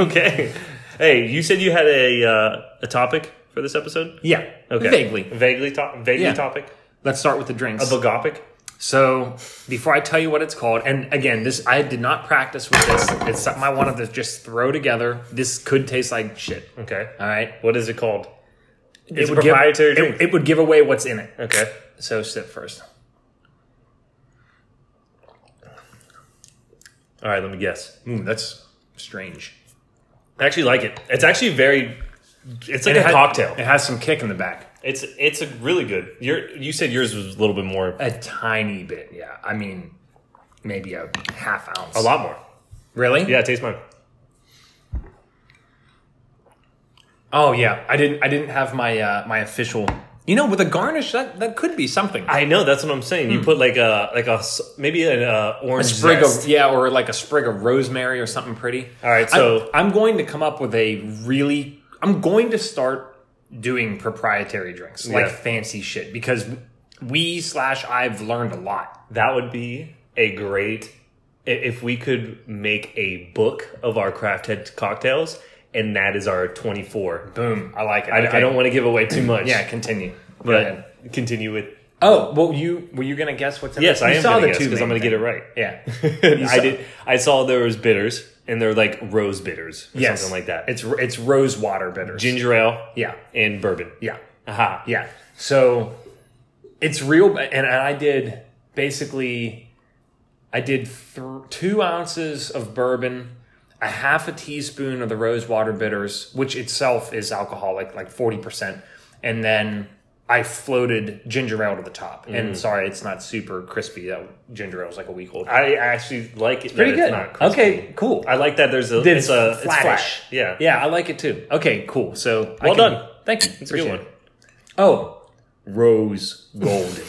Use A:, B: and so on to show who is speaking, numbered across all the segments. A: okay. Hey, you said you had a uh, a topic for this episode.
B: Yeah.
A: Okay.
B: Vaguely.
A: Vaguely. To- vaguely
B: Yeah.
A: topic.
B: Let's start with the drinks.
A: A bogopic.
B: So before I tell you what it's called, and again, this I did not practice with this. It's something I wanted to just throw together. This could taste like shit.
A: Okay.
B: All right.
A: What is it called? It's
B: It
A: a
B: would give-
A: proprietary
B: it-
A: drink.
B: it would give away what's in it.
A: okay.
B: So sip first.
A: All right. Let me guess.
B: Mm, that's strange.
A: I actually like it. It's actually very. It's
B: And
A: like a
B: it had-
A: cocktail.
B: It has some kick in the back.
A: It's it's a really good. Your you said yours was a little bit more,
B: A tiny bit, yeah. I mean, maybe a half ounce.
A: a lot more.
B: Really?
A: Yeah, taste mine.
B: Oh yeah. I didn't. I didn't have my uh, my official. You know, with a garnish, that that could be something.
A: I know that's what I'm saying. You put like a like a s- maybe an uh,
B: a
A: orange
B: sprig
A: zest.
B: of yeah, or like a sprig of rosemary or something pretty.
A: All right, so-
B: I'm, I'm going to come up with a really. I'm going to start doing proprietary drinks like
A: Yeah.
B: fancy shit because we slash I've learned a lot.
A: That would be a great i- if we could make a book of our craft head cocktails, and that is our 24.
B: Boom, I like it.
A: I, I
B: Okay.
A: don't want to give away too much.
B: Yeah, continue. Go ahead.
A: but continue with
B: Oh well, you were you gonna guess what's in
A: yes.
B: it?
A: I
B: You
A: am
B: saw
A: going to
B: the
A: guess
B: two
A: because I'm
B: main
A: going to get it right.
B: thing. Yeah,
A: I
B: saw-
A: did. I saw there was bitters, and they're like rose bitters, or
B: Yes.
A: something like that.
B: It's it's rose water bitters.
A: ginger ale,
B: Yeah,
A: and bourbon.
B: yeah,
A: Aha.
B: yeah. So it's real, and, and I did basically, I did th- two ounces of bourbon, a half a teaspoon of the rose water bitters, which itself is alcoholic, like forty percent, and then. I floated ginger ale to the top, and sorry, it's not super crispy. That ginger ale is like a week old.
A: I actually like it.
B: Pretty
A: that it's
B: good.
A: not crispy.
B: okay, cool.
A: I like that. There's a.
B: Then
A: it's a
B: flattish.
A: It's flat. Yeah.
B: Yeah, I like it too. Okay, cool. So I
A: Well
B: can-
A: done.
B: Thank you.
A: It's a good
B: Appreciate
A: one.
B: it. Oh, rose golden.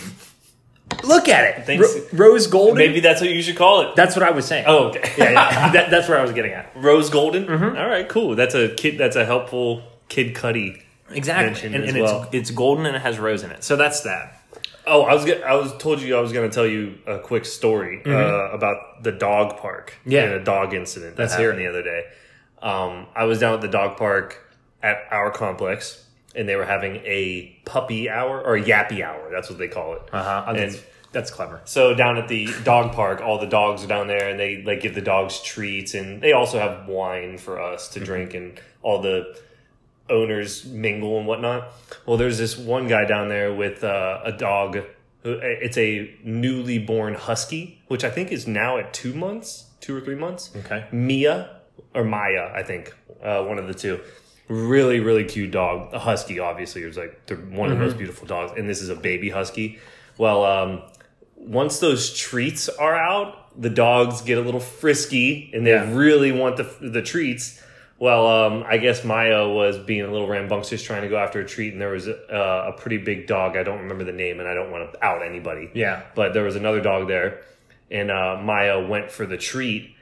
B: Look at it.
A: Thanks.
B: Ro- rose golden.
A: Maybe that's what you should call it.
B: That's what I was saying.
A: Oh, okay.
B: yeah, yeah. That, that's where I was getting at. Mm-hmm.
A: Rose Golden. All right, cool. That's a kid. That's a helpful kid Cuddy.
B: Exactly.
A: Mentioned
B: And,
A: as
B: and
A: well.
B: it's it's golden and it has rose in it. So that's that.
A: Oh, I was. Get, I was told you I was going to tell you a quick story uh, about the dog park.
B: Mm-hmm. Yeah.
A: and a dog incident that
B: Let's hear
A: happened the other day. Um, I was down at the dog park at our complex, and they were having a puppy hour or yappy hour. That's what they call it.
B: Uh-huh. Oh,
A: And
B: That's, that's clever.
A: So down at the dog park, all the dogs are down there, and they like give the dogs treats, and they also have wine for us to drink, and all the owners mingle and whatnot. Well, there's this one guy down there with uh, a dog. Who, it's a newly born husky, which I think is now at two months, two or three months.
B: Okay.
A: Mia or Maya, I think, uh, one of the two. Really, really cute dog. A husky, obviously, is like the, one of the most beautiful dogs. And this is a baby husky. Well, um, once those treats are out, the dogs get a little frisky and they
B: Yeah.
A: really want the the treats. Well, um, I guess Maya was being a little rambunctious, trying to go after a treat, and there was a, a pretty big dog. I don't remember the name, and I don't want to out anybody.
B: Yeah.
A: but there was another dog there, and uh, Maya went for the treat.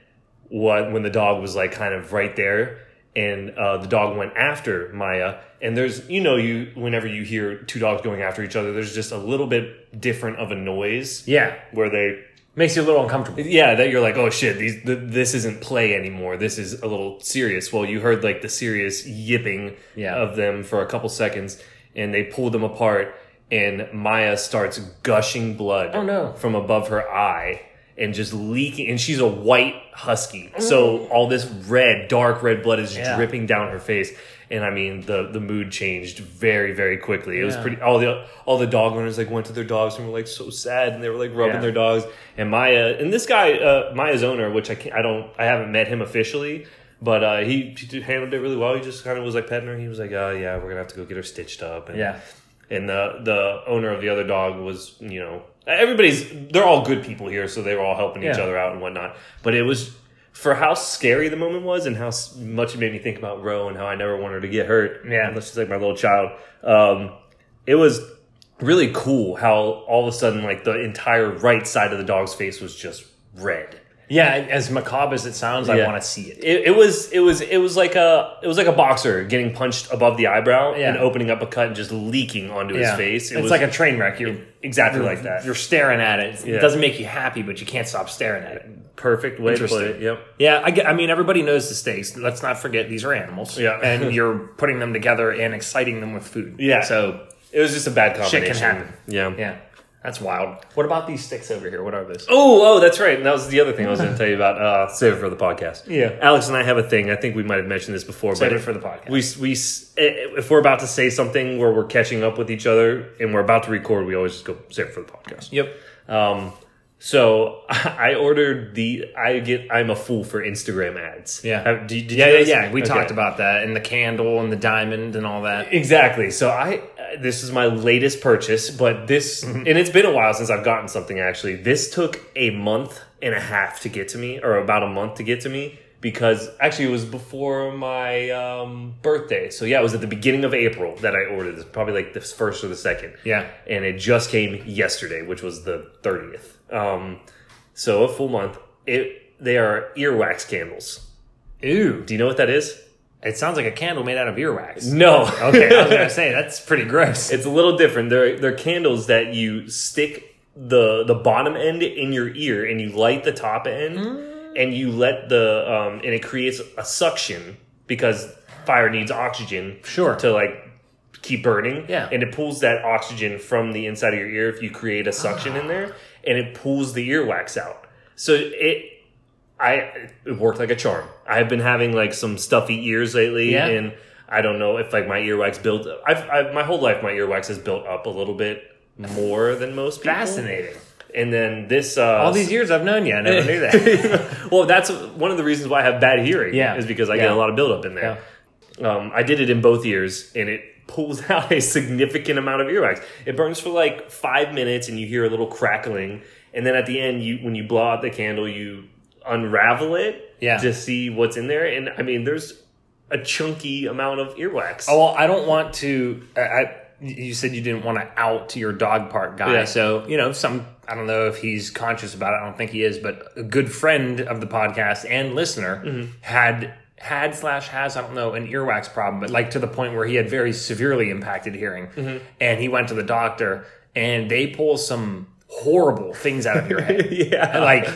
A: What when the dog was like kind of right there, and uh, the dog went after Maya. And there's you know you whenever you hear two dogs going after each other, there's just a little bit different of a noise
B: Yeah.
A: where they
B: Makes you a little uncomfortable.
A: yeah that you're like oh shit these th- this isn't play anymore this is a little serious well you heard like the serious yipping
B: Yeah.
A: of them for a couple seconds and they pull them apart and maya starts gushing blood
B: Oh, no.
A: from above her eye and just leaking and she's a white husky so all this red dark red blood is
B: Mm. Yeah.
A: dripping down her face and i mean the the mood changed very very quickly it was
B: Yeah.
A: pretty all the all the dog owners like went to their dogs and were like so sad and they were like rubbing
B: Yeah.
A: their dogs and Maya and this guy uh, Maya's owner, which I can't, I don't I haven't met him officially, but uh, he, he did- handled it really well. He just kind of was like petting her. He was like, "Oh yeah, we're gonna have to go get her stitched up." And,
B: Yeah.
A: And the the owner of the other dog was you know everybody's they're all good people here, so they were all helping each
B: Yeah.
A: other out and whatnot. But it was for how scary the moment was and how s- much it made me think about Roe and how I never want her to get hurt.
B: Yeah.
A: unless she's like my little child. Um, it was really cool how all of a sudden like the entire right side of the dog's face was just red
B: Yeah, as macabre as it sounds, I
A: Yeah.
B: want to see it.
A: It, it was it was it was like a it was like a boxer getting punched above the eyebrow
B: Yeah.
A: and opening up a cut and just leaking onto his
B: Yeah.
A: face. It
B: it's
A: was
B: like a train wreck. You're
A: exactly
B: you're-
A: like that.
B: You're staring at it.
A: Yeah.
B: It doesn't make you happy, but you can't stop staring at it.
A: Perfect way to put
B: Interesting.
A: it. Yep.
B: Yeah, I, get- I mean, everybody knows the stakes. Let's not forget these are animals.
A: Yeah.
B: and you're putting them together and exciting them with food.
A: Yeah.
B: So
A: It was just a bad
B: shit
A: combination.
B: can happen.
A: Yeah.
B: Yeah, that's wild. What about these sticks over here? What are those?
A: Oh, oh, that's right. And that was the other thing I was going to tell you about. Uh, save it for the podcast.
B: Yeah.
A: Alex and I have a thing. I think we might have mentioned this before,
B: Save
A: but
B: it for the podcast.
A: we we if we're about to say something where we're catching up with each other and we're about to record, we always just go save it for the podcast.
B: yep.
A: Um, so I ordered the I get I'm a fool for Instagram ads.
B: Yeah.
A: Have- did, did you
B: Yeah, yeah,
A: notice-
B: Uh, yeah. We
A: Okay.
B: talked about that and the candle and the diamond and all that.
A: Exactly. So I uh, this is my latest purchase, but this
B: Mm-hmm.
A: and it's been a while since I've gotten something actually. This took a month and a half to get to me or about a month to get to me because actually it was before my um, birthday. So yeah, it was at the beginning of April that I ordered this, probably like the first or the second.
B: Yeah.
A: And it just came yesterday, which was the 30th. Um so a full month. It they are earwax candles.
B: Ew.
A: Do you know what that is?
B: It sounds like a candle made out of earwax.
A: No.
B: Okay, I was gonna say that's pretty gross.
A: It's a little different. They're they're candles that you stick the the bottom end in your ear and you light the top end and you let the um and it creates a suction because fire needs oxygen
B: Sure.
A: to like keep burning.
B: Yeah.
A: And it pulls that oxygen from the inside of your ear if you create a suction in there and it pulls the earwax out. So it I it worked like a charm. I've been having like some stuffy ears lately,
B: Yeah.
A: and I don't know if like my earwax built. I've, I've my whole life my earwax has built up a little bit more than most people.
B: Fascinating.
A: And then this uh,
B: All these years I've known you, I never knew that.
A: well, that's one of the reasons why I have bad hearing.
B: Yeah.
A: is because I
B: Yeah.
A: get a lot of buildup in there. Um, I did it in both ears, and it pulls out a significant amount of earwax. It burns for like five minutes, and you hear a little crackling. And then at the end, you when you blow out the candle, you unravel it
B: Yeah.
A: to see what's in there. And I mean, there's a chunky amount of earwax.
B: Oh, well, I don't want to. I, I you said you didn't want to out your dog park guy,
A: Yeah.
B: so you know some. I don't know if he's conscious about it. I don't think he is, but a good friend of the podcast and listener had had slash has I don't know an earwax problem, but like to the point where he had very severely impacted hearing, and he went to the doctor, and they pull some horrible things out of your head,
A: yeah.
B: like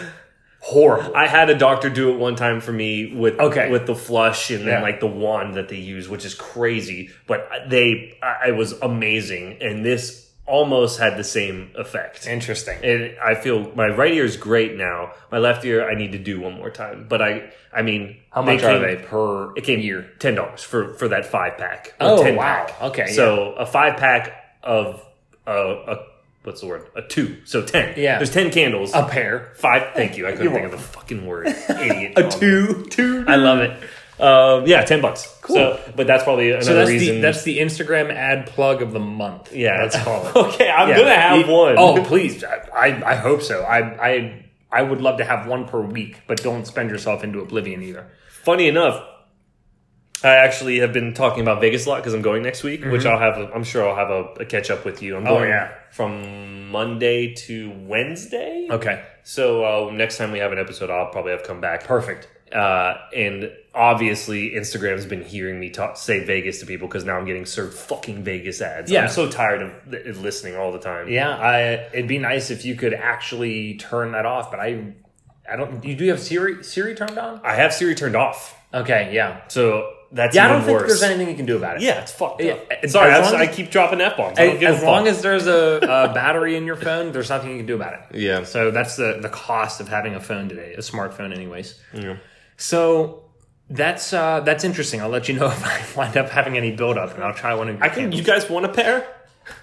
B: horrible.
A: I had a doctor do it one time for me with
B: Okay.
A: with the flush and then
B: Yeah.
A: like the wand that they use, which is crazy. But uh, they, I I was amazing, and this almost had the same effect.
B: Interesting.
A: And I feel my right ear is great now. My left ear, I need to do one more time. But I, I mean,
B: How much are
A: came-
B: they per?
A: It came year ten dollars for for that five pack. or
B: Oh
A: 10
B: wow!
A: pack.
B: Okay, yeah.
A: So a five pack of uh, a what's the word? A two. So ten.
B: Yeah.
A: There's ten candles.
B: a pair.
A: Five. Thank you. I couldn't
B: You're
A: think of the fucking word. Idiot.
B: A
A: dog.
B: two, two.
A: I love it. Um, yeah, ten bucks.
B: Cool.
A: So, but that's probably another
B: So that's
A: reason.
B: the that's the Instagram ad plug of the month.
A: yeah.
B: let's call it.
A: okay, I'm
B: Yeah.
A: gonna have
B: You-
A: one.
B: Oh, please! I, I I hope so. I I I would love to have one per week, but don't spend yourself into oblivion either.
A: funny enough, I actually have been talking about Vegas a lot because I'm going next week, which I'll have. A, I'm sure I'll have a, a catch up with you. I'm
B: Mm-hmm. Oh,
A: going
B: yeah.
A: from Monday to Wednesday.
B: Okay,
A: So uh, next time we have an episode, I'll probably have come back.
B: perfect.
A: Uh, and obviously, Instagram's been hearing me talk, say Vegas to people because now I'm getting served fucking Vegas ads.
B: Yeah.
A: I'm so tired of th- listening all the time.
B: Yeah, I it'd be nice if you could actually turn that off, but I I don't. You do have Siri Siri turned on?
A: I have Siri turned off,
B: Okay, yeah.
A: so that's
B: Yeah, I
A: even
B: don't think
A: worse.
B: there's anything you can do about it.
A: yeah, it's fucked
B: Yeah,
A: up.
B: as
A: Sorry,
B: long
A: that's-
B: as-
A: I keep dropping f bombs.
B: As long as there's a, a battery in your phone, there's nothing you can do about it.
A: yeah,
B: So that's the the cost of having a phone today, a smartphone, anyways.
A: Yeah.
B: So that's uh, that's interesting. I'll let you know if I wind up having any buildup, and I'll try one of your
A: I can. You guys want a pair?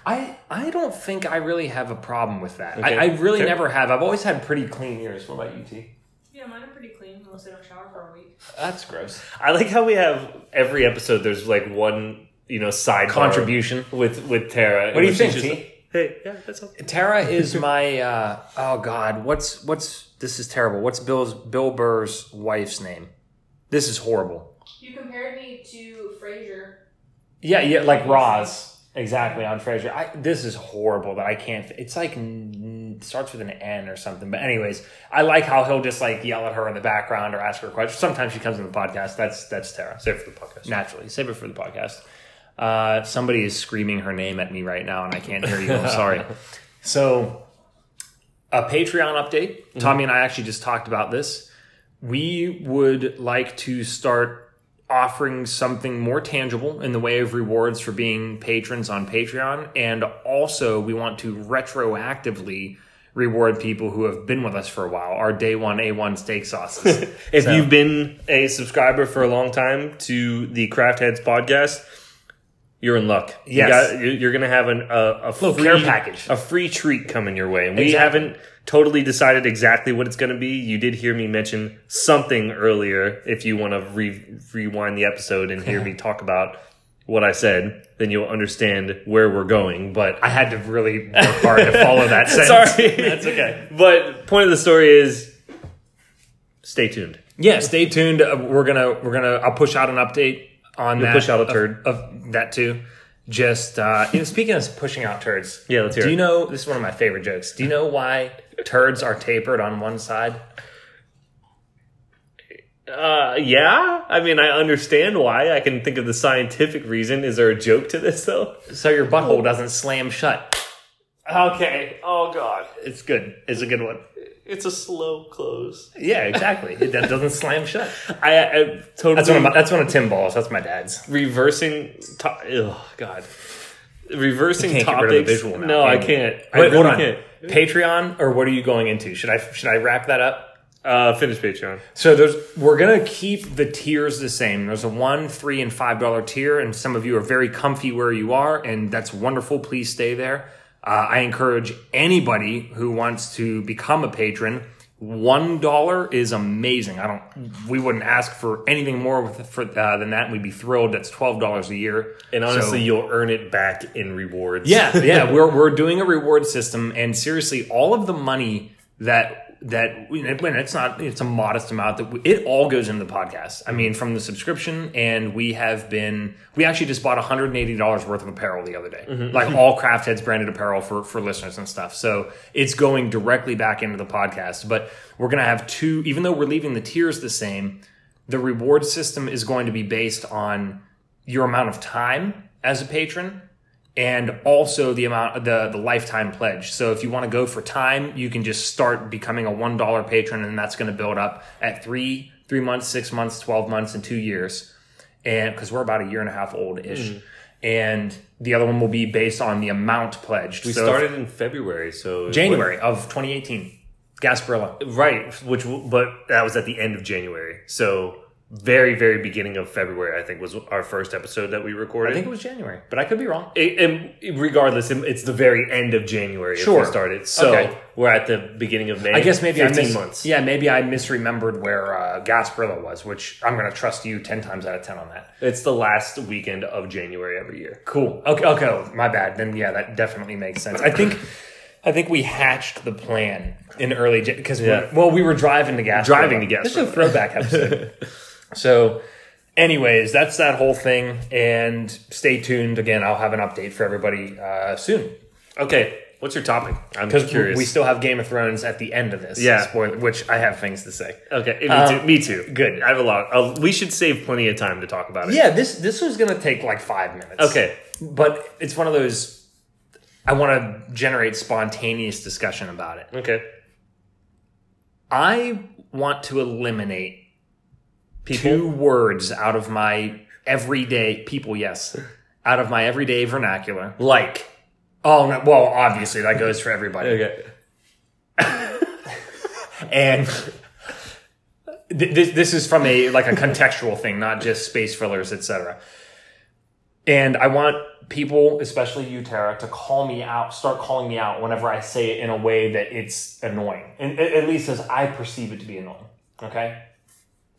B: I I don't think I really have a problem with that.
A: Okay.
B: I, I really
A: Okay.
B: never have. I've always had pretty clean ears. What about you, T?
C: Yeah, mine are pretty clean unless I don't shower for a week.
B: That's gross.
A: I like how we have every episode. There's like one, you know, side
B: Contribution.
A: with with Tara.
B: What do you
A: And she's
B: think,
A: just-
B: T?
A: Hey, yeah, that's all.
B: Tara is my uh, oh god. What's what's this is terrible. What's Bill's Bill Burr's wife's name? This is horrible.
C: You compared me to Frasier.
B: Yeah, yeah, like Roz. Exactly on Frasier. I, this is horrible that I can't. It's like n- it starts with an N or something. But anyways, I like how he'll just like yell at her in the background or ask her questions. Sometimes she comes in the podcast. That's that's Tara.
A: Save for the podcast.
B: Naturally, save it for the podcast. Uh, somebody is screaming her name at me right now, and I can't hear you. I'm sorry. So, a Patreon update. Tommy and I actually just talked about this. We would like to start offering something more tangible in the way of rewards for being patrons on Patreon. And also, we want to retroactively reward people who have been with us for a while, our day one A1 steak sauces.
A: If
B: So-
A: you've been a subscriber for a long time to the Craft Heads podcast, you're in luck. You
B: Yes.
A: got- you're- you're going to have an, a, a free,
B: care package.
A: a free treat coming your way. And we
B: Exactly.
A: haven't totally decided exactly what it's going to be. You did hear me mention something earlier. If you want to re- rewind the episode and hear me talk about what I said, then you'll understand where we're going. But
B: I had to really work hard to follow that sentence.
A: Sorry.
B: That's okay.
A: but point of the story is, stay tuned.
B: Yeah, stay tuned. Uh, We're gonna we're gonna I'll push out an update on that.
A: push out a
B: of-
A: turd.
B: of, that too. Just uh, you know, speaking of pushing out turds.
A: Yeah, let's hear
B: Do you
A: it.
B: know this is one of my favorite jokes? Do you know why turds are tapered on one side?
A: Uh, yeah. I mean, I understand why. I can think of the scientific reason. Is there a joke to this though?
B: So your butthole doesn't slam shut.
A: Okay. Oh God,
B: It's good. It's a good one.
A: it's a slow close.
B: Yeah, exactly. it that doesn't slam shut.
A: I, I totally
B: That's one of my, that's one of Tim Balls. That's my dad's.
A: reversing. To- oh God, reversing
B: Can't get
A: topics.
B: rid of the visual now.
A: No, I
B: Damn.
A: can't. I
B: Wait, hold
A: really
B: on.
A: can't.
B: Patreon or what are you going into? Should I should I wrap that up?
A: Uh, finish Patreon.
B: So there's we're gonna keep the tiers the same. There's a one, three, and five dollar tier, and some of you are very comfy where you are, and that's wonderful. Please stay there. Uh, I encourage anybody who wants to become a patron. One dollar is amazing. I don't. We wouldn't ask for anything more with, for, uh, than that. We'd be thrilled. That's twelve dollars a year.
A: And honestly,
B: So-
A: you'll earn it back in rewards.
B: yeah, yeah, we're we're doing a reward system, and seriously, all of the money that that when it's not it's a modest amount that we, it all goes into the podcast. I mean, from the subscription, and we have been we actually just bought one hundred and eighty dollars worth of apparel the other day, like all Craft Heads branded apparel for for listeners and stuff. So it's going directly back into the podcast. But we're gonna have two, even though we're leaving the tiers the same. The reward system is going to be based on your amount of time as a patron and also the amount the the lifetime pledge. So if you want to go for time, you can just start becoming a one dollar patron, and that's going to build up at three three months, six months, twelve months, and two years, and because we're about a year and a half old ish. And the other one will be based on the amount pledged.
A: We
B: So if-
A: started in February, so
B: January of 2018. Gasparilla.
A: Right, which w- but that was at the end of January. So very very beginning of February, I think was our first episode that we recorded.
B: I think it was January, but I could be wrong.
A: It- and regardless, it- it's the very end of January if
B: Sure.
A: we started. So
B: Okay.
A: we're at the beginning of May.
B: I guess maybe I
A: fifteen
B: mis-
A: months.
B: Yeah, maybe I misremembered where uh, Gasparilla was, which I'm going to trust you ten times out of ten on that.
A: It's the last weekend of January every year.
B: Cool. Okay. Okay. My bad. Then yeah, that definitely makes sense. I think, I think we hatched the plan in early because
A: Yeah.
B: well, we were driving to gas.
A: Driving to Gasparilla.
B: This is a throwback episode. so, anyways, that's that whole thing. And stay tuned. Again, I'll have an update for everybody uh, soon
A: Okay, what's your topic? I'm
B: because
A: curious.
B: we still have Game of Thrones at the end of this.
A: Yeah.
B: Spoiler, which I have things to say.
A: okay, me
B: Um,
A: too. Me too. Good. I have a lot. i we should save plenty of time to talk about it.
B: Yeah. This this was gonna take like five minutes.
A: Okay.
B: But it's one of those. I want to generate spontaneous discussion about it.
A: Okay.
B: I want to eliminate two words out of my everyday people. Yes, out of my everyday vernacular.
A: Like.
B: Oh no! Well, obviously that goes for everybody.
A: Okay.
B: And th- this this is from a like a contextual thing, not just space fillers, etc. And I want people, especially you, Tara, to call me out, start calling me out whenever I say it in a way that it's annoying, and a- at least as I perceive it to be annoying. Okay.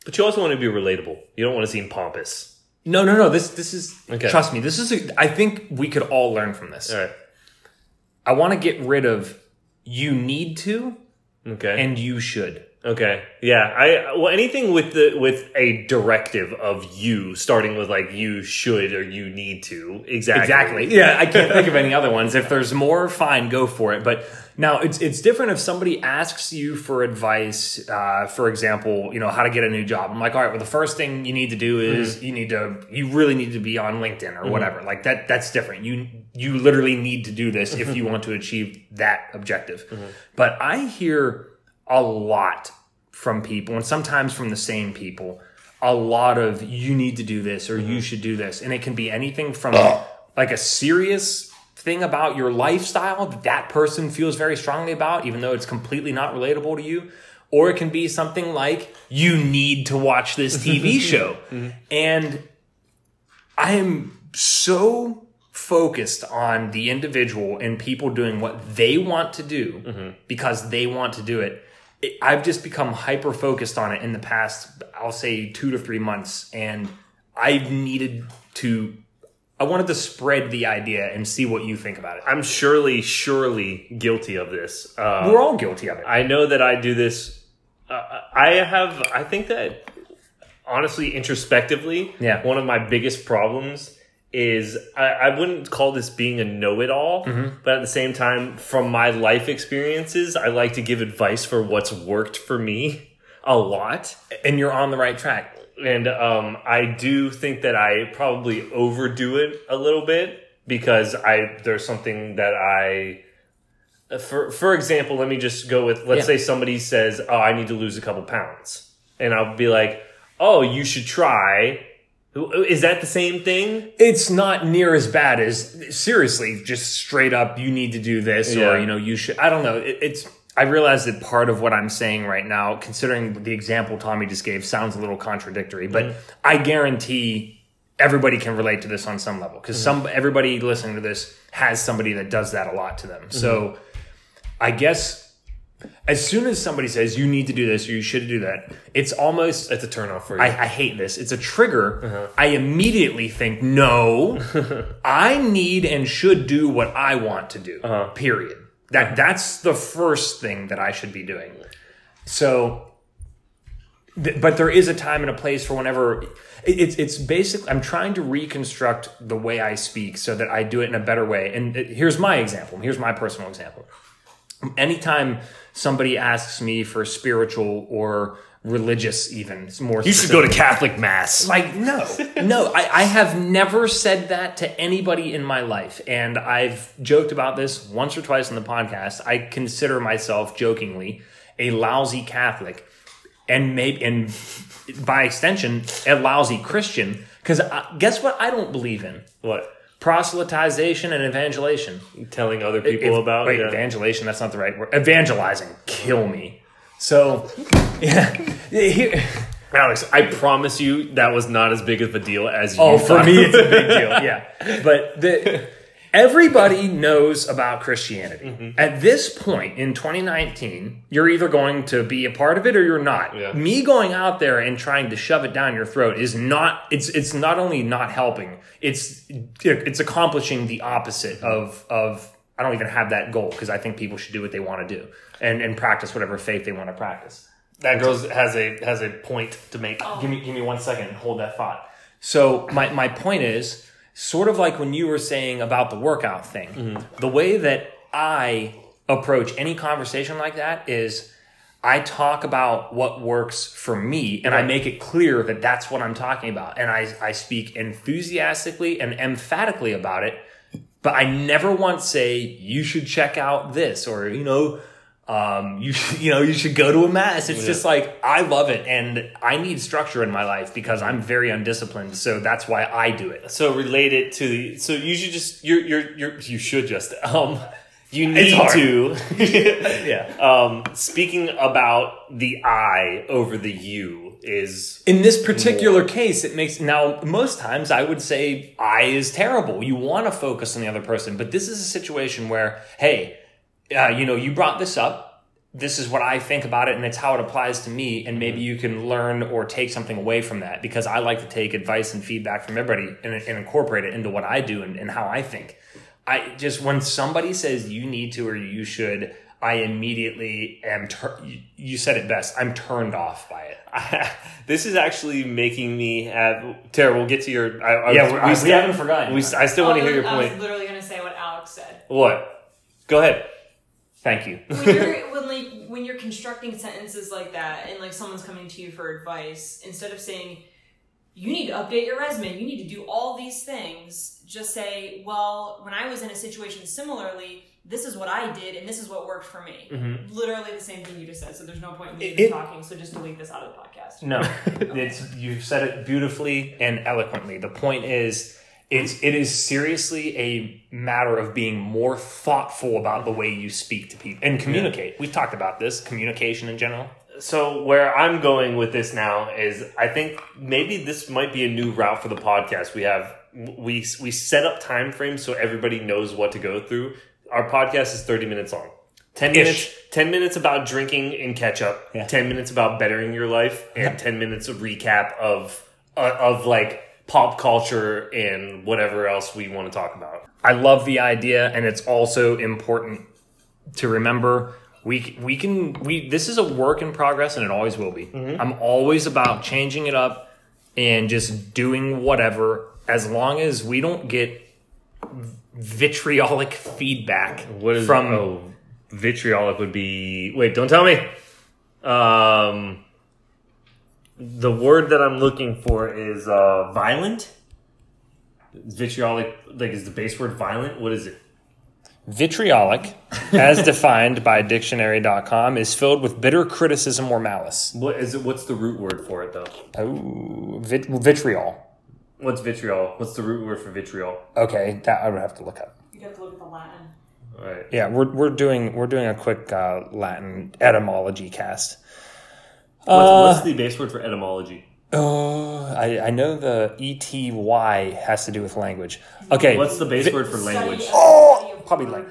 A: But you also want to be relatable. You don't want to seem pompous.
B: No, no, no. This this is
A: Okay.
B: trust me. This is a, I think we could all learn from this.
A: All right.
B: I want to get rid of you need to
A: Okay.
B: and you should.
A: Okay. Yeah. I well anything with the with a directive of you starting with like you should or you need to. Exactly.
B: Exactly. Yeah, I can't think of any other ones. If there's more, fine, go for it. But now it's it's different if somebody asks you for advice. Uh, for example, you know how to get a new job. I'm like, all right, well, the first thing you need to do is you need to you really need to be on LinkedIn or whatever. Like that that's different. You you literally need to do this if you want to achieve that objective. But I hear a lot from people, and sometimes from the same people, a lot of you need to do this or you should do this. And it can be anything from like a serious thing about your lifestyle that that person feels very strongly about, even though it's completely not relatable to you. Or it can be something like you need to watch this TV show. And I am so focused on the individual and people doing what they want to do because they want to do it. It- I've just become hyper focused on it in the past, I'll say two to three months. And I've needed to, I wanted to spread the idea and see what you think about it.
A: I'm surely, surely guilty of this. Uh,
B: We're all guilty of it.
A: I know that I do this. Uh, I have. I think that honestly, introspectively,
B: Yeah.
A: one of my biggest problems is I, I wouldn't call this being a know-it-all,
B: Mm-hmm.
A: but at the same time, from my life experiences, I like to give advice for what's worked for me a lot
B: And you're on the right track.
A: and um, I do think that I probably overdo it a little bit because I there's something that I uh, for for example, let me just go with let's
B: Yeah.
A: say somebody says, "Oh, I need to lose a couple pounds," and I'll be like, "Oh, you should try." Is that the same thing?
B: It's not near as bad as seriously, just straight up, you need to do this
A: Yeah.
B: or, you know, you should. I don't know. It, it's, I realize that part of what I'm saying right now, considering the example Tommy just gave, sounds a little contradictory, but I guarantee everybody can relate to this on some level because some everybody listening to this has somebody that does that a lot to them. So I guess as soon as somebody says you need to do this or you should do that, it's almost
A: That's a turnoff for you.
B: I, I hate this. It's a trigger.
A: Uh-huh.
B: I immediately think, no, I need and should do what I want to do.
A: Uh-huh.
B: Period. That that's the first thing that I should be doing. So, th- but there is a time and a place for whenever it, it's it's basically. I'm trying to reconstruct the way I speak so that I do it in a better way. And it- here's my example. Here's my personal example anytime somebody asks me for spiritual or religious even it's more
A: you should go to Catholic mass.
B: like no no I, I have never said that to anybody in my life and i've joked about this once or twice on the podcast i consider myself jokingly a lousy catholic and maybe and by extension a lousy christian because guess what i don't believe in
A: What
B: proselytization and evangelation
A: telling other people
B: if-
A: about?
B: wait,
A: yeah.
B: evangelization. That's not the right word. Evangelizing, kill me. So, yeah, here,
A: Alex, I promise you that was not as big of a deal as you.
B: oh, for
A: thought.
B: me, it's a big deal. Yeah, but the, everybody knows about Christianity
A: Mm-hmm.
B: at this point in 2019. You're either going to be a part of it or you're not.
A: Yeah.
B: Me going out there and trying to shove it down your throat is not. It's it's not only not helping. It's it's accomplishing the opposite
A: Mm-hmm.
B: of of. I don't even have that goal because I think people should do what they want to do and, and practice whatever faith they want to practice.
A: that girl has a has a point to make.
B: Give me give me one second and hold that thought. So my, my point is sort of like when you were saying about the workout thing,
A: Mm-hmm.
B: the way that I approach any conversation like that is I talk about what works for me and I make it clear that that's what I'm talking about. And I, I speak enthusiastically and emphatically about it, but I never once say, you should check out this or, you know, um, you should, you know, you should go to a mass. It's just like, I love it. And I need structure in my life because I'm very undisciplined. So that's why I do it.
A: So relate it to the. So you should just you're you're, you're you should just um you need
B: hard.
A: to
B: Yeah.
A: um speaking about the I over the you is
B: In this particular case, it makes now most times I would say I is terrible. You want to focus on the other person, but this is a situation where hey, uh, you know, you brought this up. This is what I think about it, and it's how it applies to me. And maybe you can learn or take something away from that because I like to take advice and feedback from everybody and, and incorporate it into what I do and, and how I think. I just when somebody says you need to or you should, I immediately am. Tur- you- you said it best. I'm turned off by it.
A: this is actually making me have. Tara, we'll get to your. I, I,
B: Yeah,
A: was-
B: we're- I- we
A: still-
B: haven't forgotten.
A: We, I still want to hear your
D: Um, I was
A: point.
D: literally going to say what Alex said.
A: What? Go ahead.
B: Thank you.
D: when you're when like when you're constructing sentences like that and like someone's coming to you for advice instead of saying you need to update your resume you need to do all these things just say well when i was in a situation similarly this is what i did and this is what worked for me
A: Mm-hmm.
D: literally the same thing you just said so there's no point in me
B: It-
D: even
B: it-
D: talking so just delete this out of the podcast
B: No, it's you've said it beautifully and eloquently. The point is, it's it is seriously a matter of being more thoughtful about the way you speak to people and communicate. We've talked about this communication in general.
A: So where I'm going with this now is I think maybe this might be a new route for the podcast. We have we we set up time frames so everybody knows what to go through. Our podcast is 30 minutes long. 10
B: Ish.
A: minutes 10 minutes about drinking and catch up.
B: Yeah.
A: 10 minutes about bettering your life and 10 minutes of recap of uh, of like pop culture and whatever else we want to talk about.
B: I love the idea, and it's also important to remember we c- we can we this is a work in progress, and it always will be.
A: Mm-hmm.
B: I'm always about changing it up and just doing whatever, as long as we don't get vitriolic feedback
A: What is
B: from.
A: oh, vitriolic would be? Wait, don't tell me. Um, the word that I'm looking for is uh, violent. Vitriolic, like, is the base word violent? What is it?
B: Vitriolic, as defined by dictionary.com, is filled with bitter criticism or malice.
A: What is it? What's the root word for it though?
B: Oh, vit- vitriol.
A: What's vitriol? What's the root word for vitriol?
B: Okay, that I would have to look up.
D: you have to look at the latin
A: All right.
B: Yeah, we're we're doing we're doing a quick uh, Latin etymology cast.
A: What's,
B: Uh,
A: what's the base word for etymology? Uh,
B: oh, I, I know the E T Y has to do with language. Okay,
A: What's the base word for
D: Study of-
A: language? Oh!
D: study of
B: probably
D: work.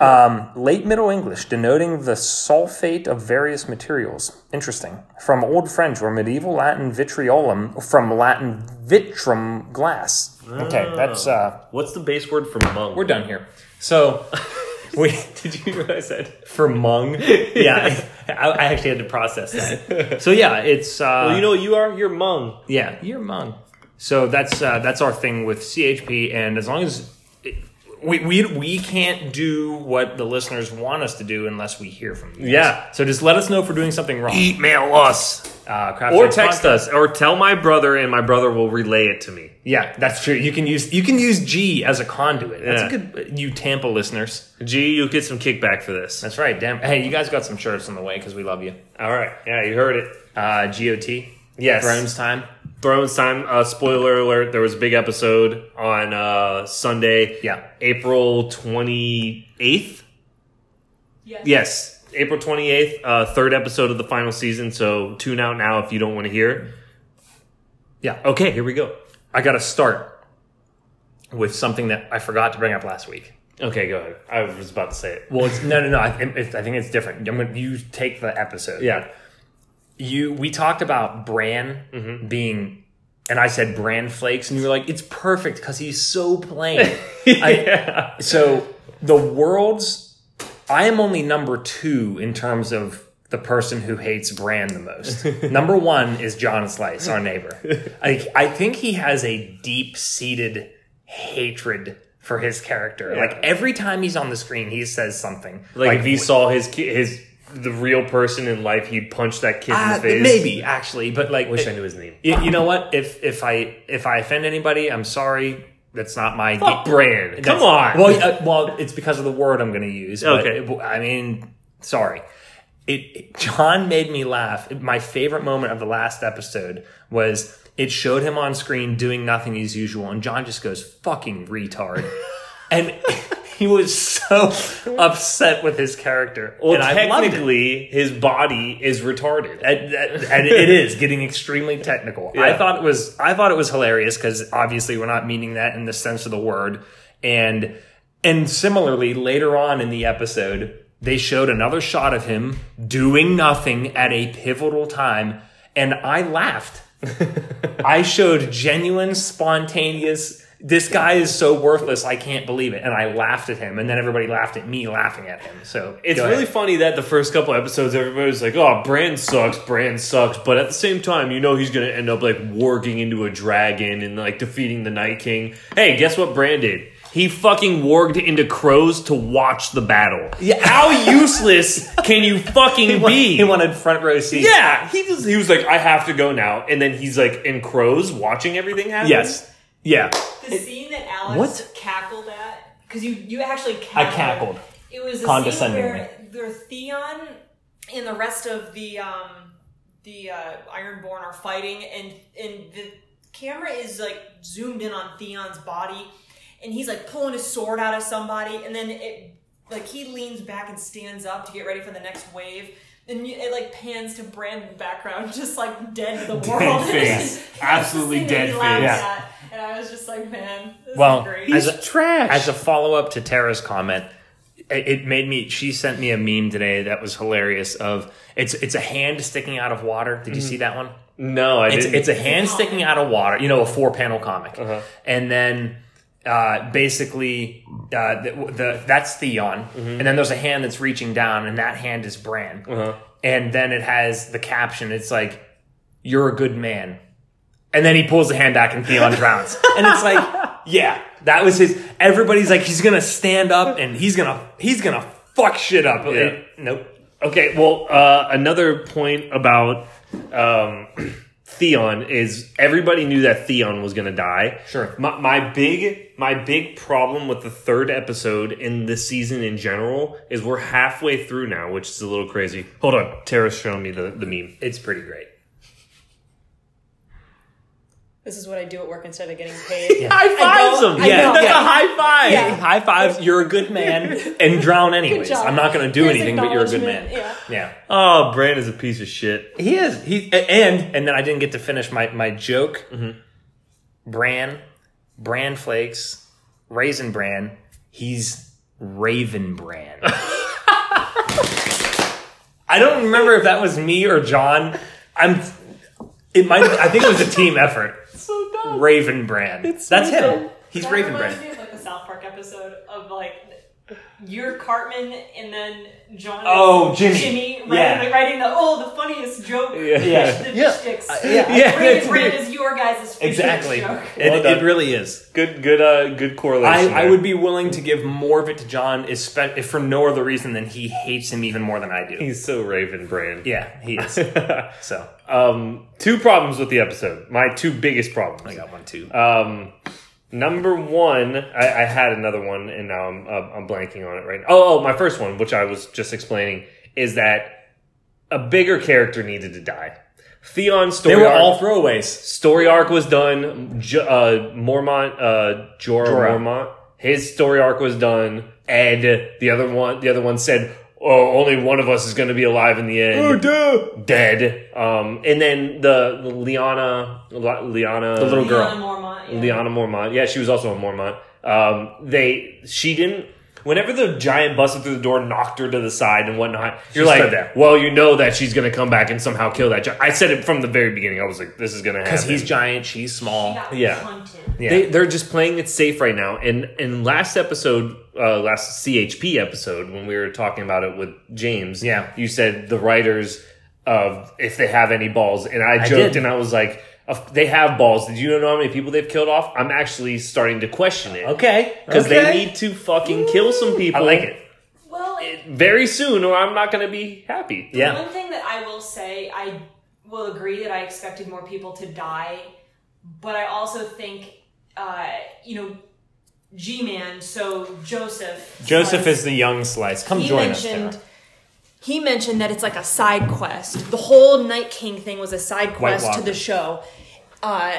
B: like um, late Middle English, denoting the sulfate of various materials. Interesting. From Old French or medieval Latin vitriolum, from Latin vitrum, glass.
A: Ah.
B: Okay, that's uh,
A: What's the base word for mung?
B: we're done here. So we
A: Did you hear what I said?
B: for mung. Yeah, I, I actually had to process that. So yeah, it's uh,
A: Well, you know what you are? You're mung.
B: yeah, you're mung. So that's uh, that's our thing with CHP, and as long as it, we, we we can't do what the listeners want us to do unless we hear from you. guys.
A: Yeah.
B: So just let us know if we're doing something wrong.
A: Email us.
B: Uh, Craft
A: or
B: Sales
A: text
B: Podcast-
A: us or tell my brother and my brother will relay it to me
B: Yeah, that's true. You can use you can use G as a conduit. That's
A: Yeah.
B: a good you Tampa listeners.
A: gee you'll get some kickback for this
B: That's right. Damn. Hey, you guys got some shirts on the way because we love you.
A: all right yeah you heard it
B: Uh, GOT.
A: Yes.
B: Thrones time.
A: thrones time uh, spoiler alert there was a big episode on uh, sunday
B: Yeah.
A: april 28th
D: yes.
A: yes april 28th uh, third episode of the final season so tune out now if you don't want to hear
B: Yeah.
A: okay here we go
B: I got to start with something that I forgot to bring up last week.
A: okay go ahead i was about to say it
B: Well, it's, no, no, no. I, it, I think it's different. I'm gonna, you take the episode.
A: yeah
B: You we talked about Bran being, and I said Bran flakes, and you were like, it's perfect because he's so plain. I, so the world's. I am only number two in terms of the person who hates Bran the most. number one is John Slice, our neighbor. I, I think he has a deep seated hatred for his character. Like every time he's on the screen, he says something.
A: like, if he saw his ki- his the real person in life he'd punch that kid in
B: Ah,
A: the face
B: maybe actually, but like
A: wish i knew his name
B: You, you know what? If if I if I offend anybody, I'm sorry. That's not my
A: Fuck
B: ge-
A: Brand.
B: that's-
A: Come on.
B: Well, uh, well, it's because of the word I'm going to use. but
A: Okay.
B: it- I mean, sorry. It, it- John made me laugh. My favorite moment of the last episode was it showed him on screen doing nothing as usual, and John just goes fucking retard, and he was so upset with his character.
A: well,
B: and I loved it.
A: technically, his body is retarded.
B: and, and- and it is getting extremely technical. I
A: Yeah.
B: thought it was I thought it was hilarious because obviously we're not meaning that in the sense of the word. And and similarly, later on in the episode, they showed another shot of him doing nothing at a pivotal time, and I laughed. I showed genuine, spontaneous. This guy is so worthless. I can't believe it, and I laughed at him, and then everybody laughed at me laughing at him. So
A: It's
B: go
A: really
B: ahead.
A: funny that the first couple episodes, everybody's like, "Oh, Brand sucks, Brand sucks," but at the same time, you know he's gonna end up like warging into a dragon and like defeating the Night King. Hey, guess what Brand did? He fucking warged into crows to watch the battle.
B: Yeah.
A: How useless can you fucking
B: He wa-
A: be?
B: He wanted front row seats.
A: yeah, he just he was like, "I have to go now," and then he's like in crows watching everything happen.
B: Yes. Yeah.
D: The scene that Alex
B: What?
D: cackled at, because you you actually
B: I
D: cackled.
B: cackled.
D: It was a scene
B: Condescendingly.
D: where, where Theon and the rest of the um the uh, Ironborn are fighting, and and the camera is like zoomed in on Theon's body, and he's like pulling his sword out of somebody, and then it like he leans back and stands up to get ready for the next wave. And you- it like pans to Brand in the background, just like dead to the world.
A: face.
D: That's the
A: Absolutely
D: thing that he
A: dead
D: laughed
B: face.
D: at. And I was just like, man, this
B: Well,
D: is great.
B: as
A: he's
B: a-
A: trash.
B: As a follow up to Tara's comment, it it made me. She sent me a meme today that was hilarious. Of it's it's a hand sticking out of water. Did you see that one?
A: no, I
B: It's
A: didn't.
B: it's a hand sticking out of water. You know, a four panel comic,
A: Uh-huh.
B: and then. Uh, basically, uh, the, the that's Theon,
A: Mm-hmm.
B: and then there's a hand that's reaching down, and that hand is Bran,
A: Uh-huh.
B: and then it has the caption. It's like, "You're a good man," and then he pulls the hand back, and Theon drowns. And it's like, yeah, that was his. Everybody's like, he's gonna stand up, and he's gonna he's gonna fuck shit up.
A: Yeah.
B: nope.
A: Okay, well, uh, another point about um, Theon is everybody knew that Theon was going to die.
B: Sure.
A: My, my big my big problem with the third episode in this season in general is we're halfway through now, which is a little crazy. Hold on, Tara's showing me the, the meme.
B: It's pretty great.
D: This is what I do at work instead of getting paid.
A: High
D: fives
A: him.
D: him.
A: Yeah,
D: know.
A: that's
B: Yeah.
A: a high five.
D: Yeah.
B: High fives. You're a good man, and drown anyways.
D: job.
B: I'm not gonna do
D: Here's
B: anything, but you're a good man.
D: acknowledgement, yeah.
B: yeah.
A: Oh, Bran is a piece of shit.
B: He is. He a- and and then I didn't get to finish my my joke.
A: Mm-hmm.
B: Bran, Bran flakes, raisin Bran. He's Raven Bran. I don't remember if that was me or John. I'm. It might. I think it was a team effort.
D: so dumb.
B: Raven Bran. That's him. He's
D: That
B: Raven
D: reminds
B: Bran.
D: me of like the South Park episode of like you're Cartman and then John. is
B: Oh, Jimmy.
D: Jimmy writing,
B: Yeah.
D: like, writing the oh the funniest joke.
A: Yeah.
B: Yeah.
D: The
B: Yeah. Uh,
D: sticks.
B: yeah. Yeah,
D: Raven
B: that's
D: Bran
B: me.
D: is your guys' favorite
B: Exactly.
D: joke.
B: It,
A: Well
B: it
A: done.
B: really is.
A: Good, good, uh, good correlation.
B: I, I
A: there.
B: would be willing to give more of it to John, espe- if for no other reason than he hates him even more than I do.
A: He's so Raven Bran.
B: Yeah, he is. so
A: um, two problems with the episode. My two biggest problems.
B: I got one too.
A: Um, number one, I, I had another one, and now I'm uh, I'm blanking on it right now. Oh, oh, my first one, which I was just explaining, is that a bigger character needed to die. Theon's
B: they
A: story
B: were
A: arc,
B: all throwaways.
A: story arc was done. J- uh, Mormont, uh, Jorah,
B: Jorah.
A: Mormont, his story arc was done. Ed, the other one, the other one said, "Oh, only one of us is going to be alive in the end."
B: duh.
A: Dead. Um, and then the, the Liana, Li- Liana, the
B: little girl.
D: Leon Mormont. Yeah.
A: Liana Mormont. Yeah, she was also a Mormont. Um, they she didn't. Whenever the giant busted through the door, knocked her to the side and whatnot, you're like,
B: stood there.
A: well, you know that she's gonna come back and somehow kill that. Giant. I said it from the very beginning. I was like, this is gonna happen
B: Because he's giant, she's small.
D: Got
A: Yeah.
D: hunted.
B: Yeah.
A: they, they're just playing it safe right now. And and last episode, uh, last CHP episode, when we were talking about it with James,
B: Yeah.
A: you said the writers of if they have any balls, and I joked
B: did.
A: and I was like, "Of- they have balls. Did you know how many people they've killed off? I'm actually starting to question it
B: okay.
A: because
B: okay.
A: they need to fucking kill some people.
B: I like it.
D: Well,
A: very soon, or I'm not going to be happy.
B: Yeah.
D: One thing that I will say, I will agree that I expected more people to die, but I also think, uh, you know, G Man, so Joseph.
B: Joseph
D: was-
B: is the young slice. Come
D: He
B: join us. Sarah.
D: mentioned. He mentioned that it's like a side quest. The whole Night King thing was a side quest to
B: Walker.
D: the show. Uh,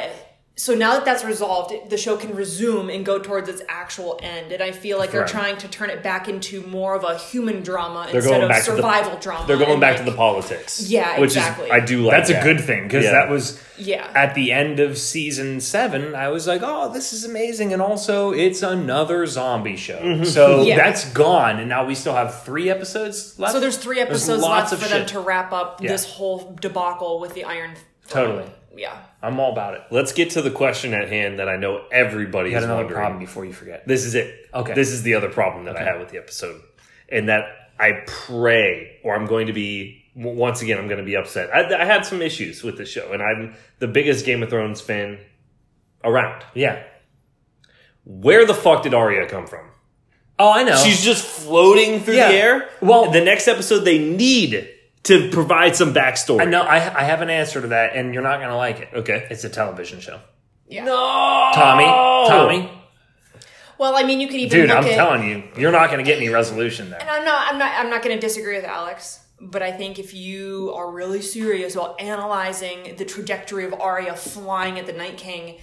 D: so now that that's resolved, the show can resume and go towards its actual end. And I feel like they're
A: Right.
D: trying to turn it back into more of a human drama
A: going
D: instead of
A: back to the-
D: survival drama.
A: They're going
D: and,
A: back
D: like,
A: to the politics.
D: Yeah,
A: which
D: exactly.
A: is I do like.
B: That's
A: that.
B: a good thing because
A: Yeah.
B: that was
D: Yeah.
B: at the end of season seven. I was like, oh, this is amazing, and also it's another zombie show.
A: Mm-hmm.
B: So
D: Yeah.
B: that's gone, and now we still have three episodes left.
D: So there's three episodes
B: lots
D: left for
B: of
D: them
B: shit.
D: to wrap up
B: Yeah.
D: this whole debacle with the Iron.
B: Totally.
D: yeah.
B: I'm all about it.
A: Let's get to the question at hand that I know everybody
B: You had
A: is
B: another
A: wondering.
B: problem before you forget.
A: This is it.
B: Okay.
A: This is the other problem that I had with the episode, and that I pray, or I'm going to be w- once again, I'm going to be upset. I, I had some issues with the show, and I'm the biggest Game of Thrones fan around.
B: Yeah.
A: Where the fuck did Arya come from?
B: Oh, I know.
A: She's just floating through
B: Yeah.
A: the air.
B: Well-
A: the next episode they need to provide some backstory.
B: I know. I, I have an answer to that, and you're not gonna like it.
A: Okay.
B: It's a television show.
D: Yeah.
A: No,
B: Tommy,
D: Oh!
B: Tommy,
D: Well, I mean, you could even
B: dude,
D: look
B: I'm
D: at,
B: telling you, you're not gonna get any resolution there.
D: And I'm not, I'm not, I'm not going to disagree with Alex, but I think if you are really serious about analyzing the trajectory of Arya flying at the Night King,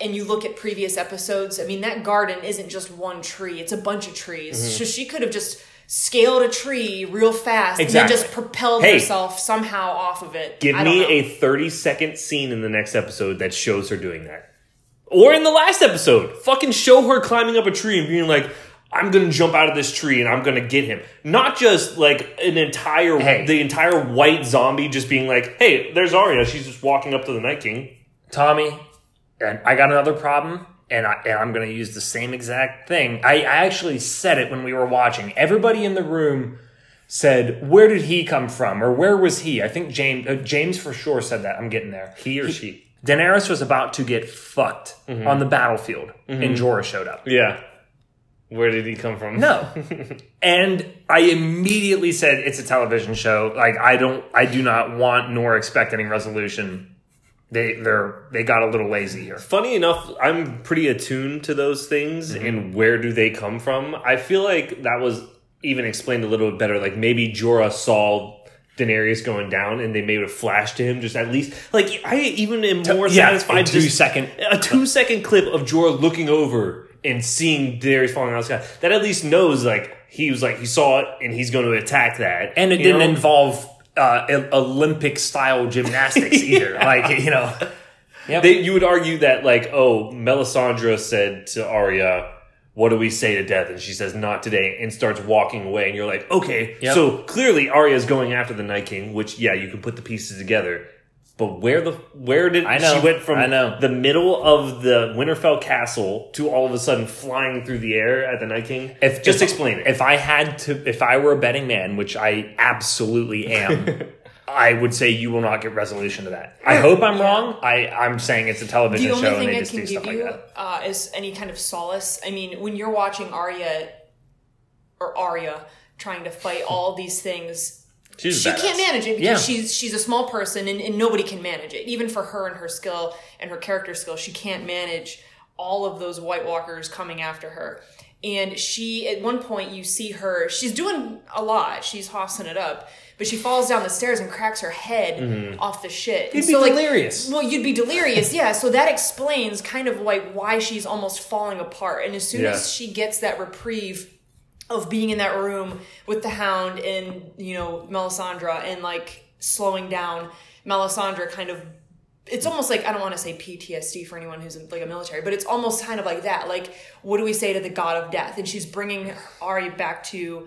D: and you look at previous episodes, I mean, that garden isn't just one tree; it's a bunch of trees.
A: Mm-hmm.
D: So she could have just scaled a tree real fast and
A: Exactly.
D: then just propelled
A: Hey.
D: herself somehow off of it.
A: Give
D: I don't
A: me
D: know.
A: a 30 second scene in the next episode that shows her doing that. Or in the last episode, fucking show her climbing up a tree and being like, I'm gonna jump out of this tree and I'm gonna get him. Not just like an entire,
B: Hey.
A: the entire white zombie just being like, hey, there's Arya. She's just walking up to the Night King.
B: Tommy, and I got another problem, and I and I'm gonna use the same exact thing. I, I actually said it when we were watching. Everybody in the room said, "Where did he come from?" or "Where was he?" I think James uh, James for sure said that. I'm getting there.
A: He or she. Mm-hmm.
B: Daenerys was about to get fucked on the battlefield, and Jorah showed up.
A: Yeah. Where did he come from?
B: No. and I immediately said it's a television show. Like I don't I do not want nor expect any resolution. They they're they got a little lazy here.
A: Funny enough, I'm pretty attuned to those things
B: Mm-hmm.
A: and where do they come from. I feel like that was even explained a little bit better. Like maybe Jorah saw Daenerys going down and they made a flash to him just at least. Like I even am more
B: a
A: satisfied
B: two
A: just
B: second-
A: a two second clip of Jorah looking over and seeing Daenerys falling out of the sky. That at least knows like he was like he saw it and he's going to attack that.
B: And it
A: you
B: didn't
A: know?
B: involve uh, Olympic style gymnastics either. Like, you know. Yep.
A: They, you would argue that, like, oh, Melisandre said to Arya, "What do we say to death?" And she says, "Not today," and starts walking away. And you're like, okay,
B: Yep.
A: so clearly Arya's going after the Night King, which yeah, you can put the pieces together. But where the where did
B: I know,
A: she went from
B: I know.
A: the middle of the Winterfell castle to all of a sudden flying through the air at the Night King?
B: If-
A: just
B: if-
A: explain it.
B: If I had to, if I were a betting man, which I absolutely am, I would say you will not get resolution to that. I hope I'm wrong. I, I'm saying it's a television
D: the only
B: show and
D: thing
B: they
D: I
B: just
D: can
B: do
D: give
B: stuff like
D: you
B: that.
D: uh, is any kind of solace. I mean, when you're watching Arya or Arya trying to fight all these things,
A: She's
D: she
A: badass.
D: can't manage it because
B: Yeah.
D: she's she's a small person and, and nobody can manage it. Even for her and her skill and her character skill, she can't manage all of those White Walkers coming after her. And she, at one point, you see her. She's doing a lot. She's hossing it up, but she falls down the stairs and cracks her head off the shit.
B: You'd
D: And
B: Mm-hmm. be
D: so, like,
B: delirious.
D: well, you'd be delirious, yeah. So that explains kind of like why she's almost falling apart. And as soon
A: Yeah.
D: as she gets that reprieve of being in that room with the hound and, you know, Melisandre and like slowing down, Melisandre kind of it's almost like I don't want to say PTSD for anyone who's in, like a military, but it's almost kind of like that. Like, what do we say to the god of death? And she's bringing Ari back to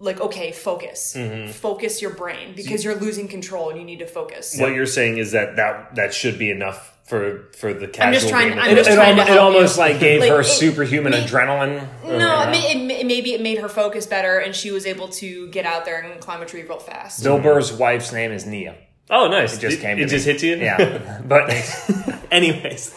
D: like, okay, focus, focus your brain because you're losing control and you need to focus.
A: What you're saying is that that that should be enough for for the casual.
D: just trying-
A: Game of
D: I'm
A: Thrones
B: It,
D: just
B: it,
D: trying
B: al-
D: to
B: it
D: help
B: almost
D: you.
B: like gave
D: Like,
B: her
D: it-
B: superhuman
D: me-
B: adrenaline.
D: No, it, may, it, may- maybe it made her focus better, and she was able to get out there and climb a tree real fast.
B: Bill Burr's wife's name is Nia.
A: Oh, nice! It
B: just came to
A: It
B: me.
A: just hit you.
B: Yeah, but anyways,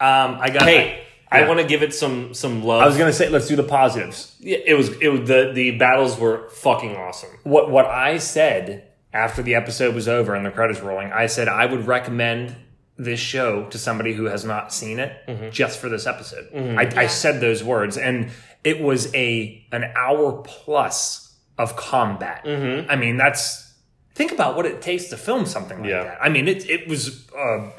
B: um, I got.
A: Hey, I
B: Yeah.
A: want to give it some some love.
B: I was gonna say let's do the positives.
A: Yeah, it was it was the the battles were fucking awesome.
B: what what I said after the episode was over and the credits were rolling, I said I would recommend this show to somebody who has not seen it just for this episode. I, I said those words, and it was a an hour plus of combat. I mean, that's think about what it takes to film something like
A: Yeah.
B: that. I mean, it it was uh,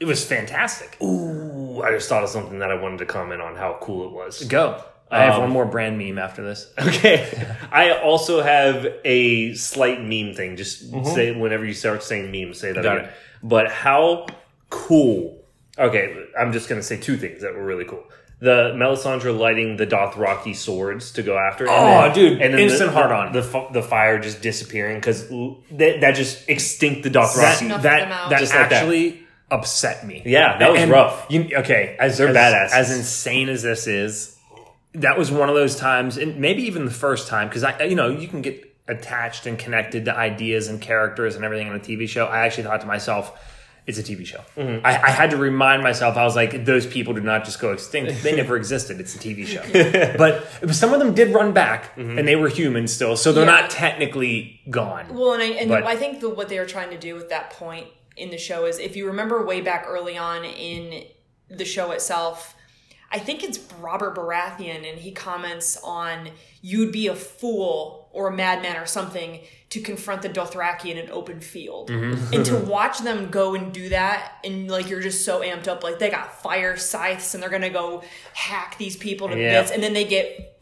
B: it was fantastic.
A: Ooh, I just thought of something that I wanted to comment on how cool it was.
B: Go. I have
A: Um,
B: one more brand meme after this.
A: Okay, I also have a slight meme thing. Just say whenever you start saying memes, say
B: Mm-hmm.
A: that
B: Got
A: again.
B: it.
A: But how cool? Okay, I'm just gonna say two things that were really cool. The Melisandre lighting the Dothraki swords to go after.
B: Oh, dude,
A: the-
B: instant
A: the,
B: hard-on.
A: The, fu- the fire just disappearing because that, that just extinct the Dothraki.
B: that
D: Snuffed them out.
B: that
A: Just like that.
B: actually upset me.
A: Yeah, that was
B: And
A: rough.
B: You, okay, as
A: They're
B: as,
A: badasses.
B: As insane as this is, that was one of those times, and maybe even the first time, because I, you know, you can get attached and connected to ideas and characters and everything on a TV show. I actually thought to myself. It's a TV show.
A: Mm-hmm.
B: I, I had to remind myself. I was like, those people did not just go extinct. They never existed. It's a TV show. but some of them did run back,
A: Mm-hmm.
B: and they were human still, so they're
D: Yeah.
B: not technically gone.
D: Well, and I and
B: But-
D: I think the, what they were trying to do at that point in the show is, if you remember way back early on in the show itself, I think it's Robert Baratheon, and he comments on you'd be a fool or a madman or something to confront the Dothraki in an open field,
B: Mm-hmm.
D: and to watch them go and do that, and like you're just so amped up, like they got fire scythes and they're gonna go hack these people to
B: Yeah.
D: bits, and then they get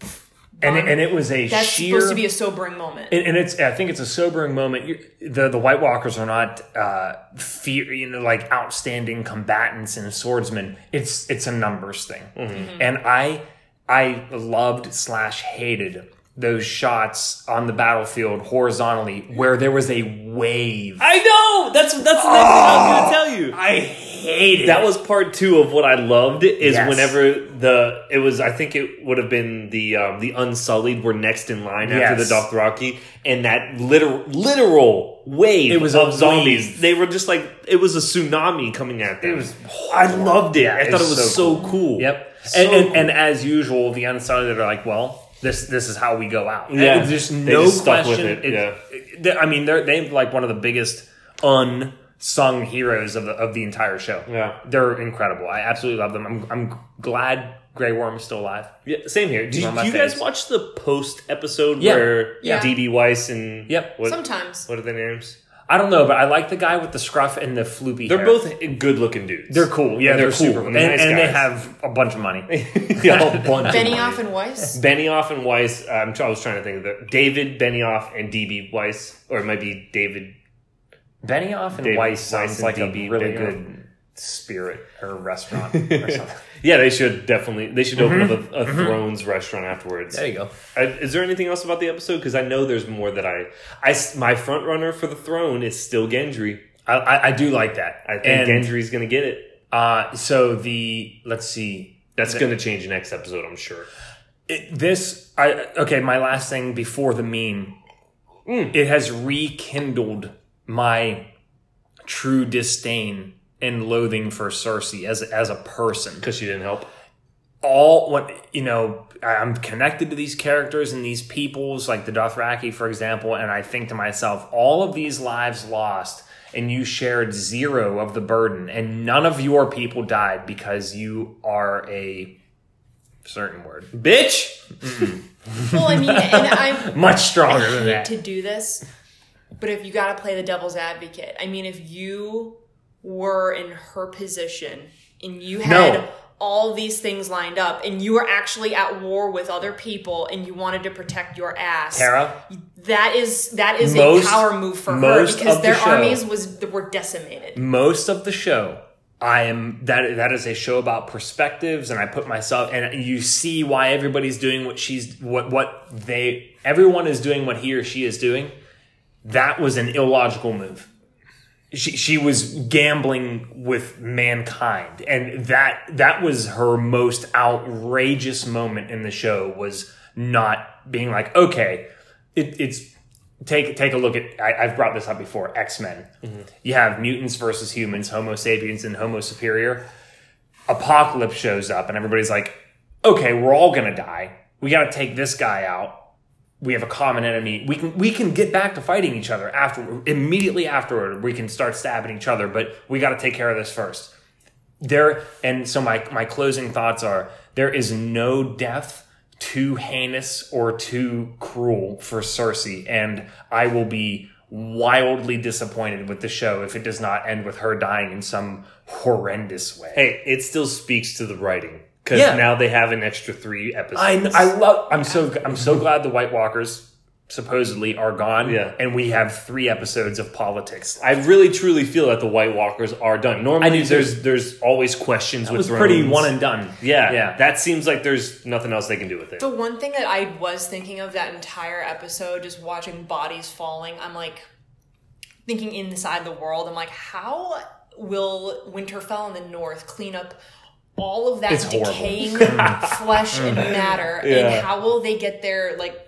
B: and, it, and it was a
D: that's
B: sheer
D: supposed to be a sobering moment.
B: and, and it's I think it's a sobering moment. you the the White Walkers are not uh, fear, you know, like outstanding combatants and swordsmen. It's it's a numbers thing,
A: Mm-hmm.
B: and I I loved slash hated those shots on the battlefield horizontally where there was a wave.
A: I know. That's that's the next thing I
B: Ah!
A: was gonna tell you.
B: I hated
A: That was part two of what I loved is
B: Yes.
A: whenever the it was I think it would have been the um, the Unsullied were next in line after
B: Yes.
A: the Dothraki and that literal literal wave
B: It was a
A: of zombies.
B: wave.
A: They were just like it was a tsunami coming at them.
B: It was
A: I loved it. I
B: it
A: thought it
B: was
A: was
B: so
A: so, cool.
B: Yep.
A: So
B: and, and,
A: cool.
B: and as usual, the unsighted are like, well, this this is how we go out. And
A: Yeah.
B: There's
A: They
B: no
A: just stuck
B: question.
A: with it, yeah.
B: it- they- I mean, they're they like one of the biggest unsung heroes of the of the entire show.
A: Yeah.
B: They're incredible. I absolutely love them. I'm I'm glad Grey Worm is still alive.
A: Yeah, same here. Did
B: It's
A: you,
B: on my
A: you guys
B: face.
A: watch the post episode
B: Yeah.
A: where
D: Yeah.
A: DB Weiss and
B: Yep.
A: what,
D: Sometimes.
A: what are their names?
B: I don't know, but I like the guy with the scruff and the floopy.
A: They're
B: hair.
A: both good looking dudes.
B: They're cool. Yeah,
A: And
B: they're,
A: they're
B: cool.
A: super-
B: and
A: nice
B: and they
A: guys.
B: have a bunch of money.
A: yeah, a bunch of
D: Benioff
A: them.
D: and Weiss.
A: Benioff and Weiss. I'm tr- I was trying to think of the David Benioff and DB Weiss, or it might be David.
B: Benioff and
A: David
B: Weiss
A: Weiss
B: sounds
A: and
B: like a
A: DB
B: really
A: Benioff.
B: good spirit or restaurant or something.
A: Yeah, they should definitely. They should open up a, a Thrones restaurant afterwards.
B: There you go.
A: I, is there anything else about the episode? Because I know there's more that I, I s- my front runner for the throne is still Gendry.
B: I, I, I do like that.
A: I
B: and,
A: think Gendry's gonna get it.
B: uh, so the let's see.
A: That's gonna change next episode, I'm sure.
B: It, this I okay. My last thing before the meme, it has rekindled my true disdain and loathing for Cersei as as a person.
A: Because she didn't help.
B: all what you know I- i'm connected to these characters and these peoples like the dothraki for example and i think to myself all of these lives lost and you shared zero of the burden and none of your people died because you are a certain word
A: Bitch.
D: Well, I mean, and I'm
B: much stronger than
D: hate
B: that
D: to do this, but if you got to play the devil's advocate, I mean, if you were in her position and you had
B: No.
D: all these things lined up and you were actually at war with other people and you wanted to protect your ass,
B: Tara,
D: that is that is
B: Most-
D: a power move for her
B: most
D: because
B: of the
D: their
B: show-
D: armies was were decimated.
B: most of the show i am that that is a show about perspectives and i put myself and you see why everybody's doing what she's what what they everyone is doing what he or she is doing that was an illogical move she, she was gambling with mankind and that that was her most outrageous moment in the show was not being like okay it, it's take take a look at I, i've brought this up before x-men you have mutants versus humans homo sapiens and homo superior apocalypse shows up and everybody's like okay we're all gonna die we gotta take this guy out we have a common enemy. We can we can get back to fighting each other after immediately afterward. We can start stabbing each other, but we got to take care of this first. There and so my my closing thoughts are there is no death too heinous or too cruel for Cersei, and I will be wildly disappointed with the show if it does not end with her dying in some horrendous way.
A: Hey, it still speaks to the writing because
B: Yeah.
A: now they have an extra three episodes.
B: I kn- I love. I'm so I'm so glad the White Walkers supposedly are gone.
A: Yeah.
B: and we have three episodes of politics.
A: I really truly feel that the White Walkers are done.
B: I
A: Normally,
B: do too.
A: there's there's always questions
B: It
A: with
B: was pretty
A: Thrones.
B: one and done.
A: yeah,
B: yeah.
A: yeah. That seems like there's nothing else they can do with it.
D: The one thing that I was thinking of that entire episode, just watching bodies falling, I'm like thinking inside the world. I'm like, how will Winterfell in the north clean up all of that
B: It's horrible. Mm.
D: decaying flesh and matter?
A: Yeah.
D: And how will they get their like?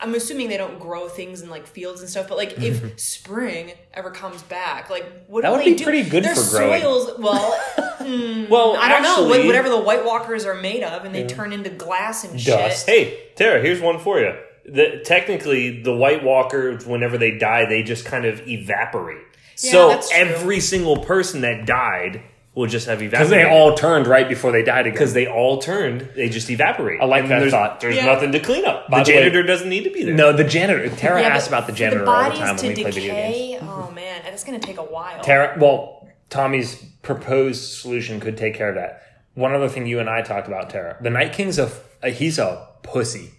D: I'm assuming they don't grow things in like fields and stuff, but like if spring ever comes back, like what
B: That
D: do
B: would
D: they
B: be
D: do?
B: pretty good
D: Their
B: for growing.
D: soils, well,
A: Well,
D: I don't know what,
A: actually-
D: whatever the White Walkers are made of, and they turn into glass and
B: Dust.
D: shit.
A: Hey, Tara, here's one for you. The, technically, the White Walkers, whenever they die, they just kind of evaporate. so
D: that's true.
A: every single person that died will just have
B: Because
A: evaporated.
B: they all turned right before they died again.
A: because they all turned, they just evaporate.
B: I like
A: And
B: that
A: there's,
B: thought.
A: There's
D: Yeah.
A: nothing to clean up.
B: By
A: the
B: the way-
A: janitor doesn't need to be there.
B: no, the janitor. Tara
D: Yeah, but
B: asks about the
D: for
B: janitor
D: the
B: all the
D: bodies
B: time
D: to
B: when we play video games.
D: decay. Oh man, that's gonna take a while.
B: Tara, well, Tommy's proposed solution could take care of that. One other thing you and I talked about, Tara, the Night King's a uh, he's a pussy.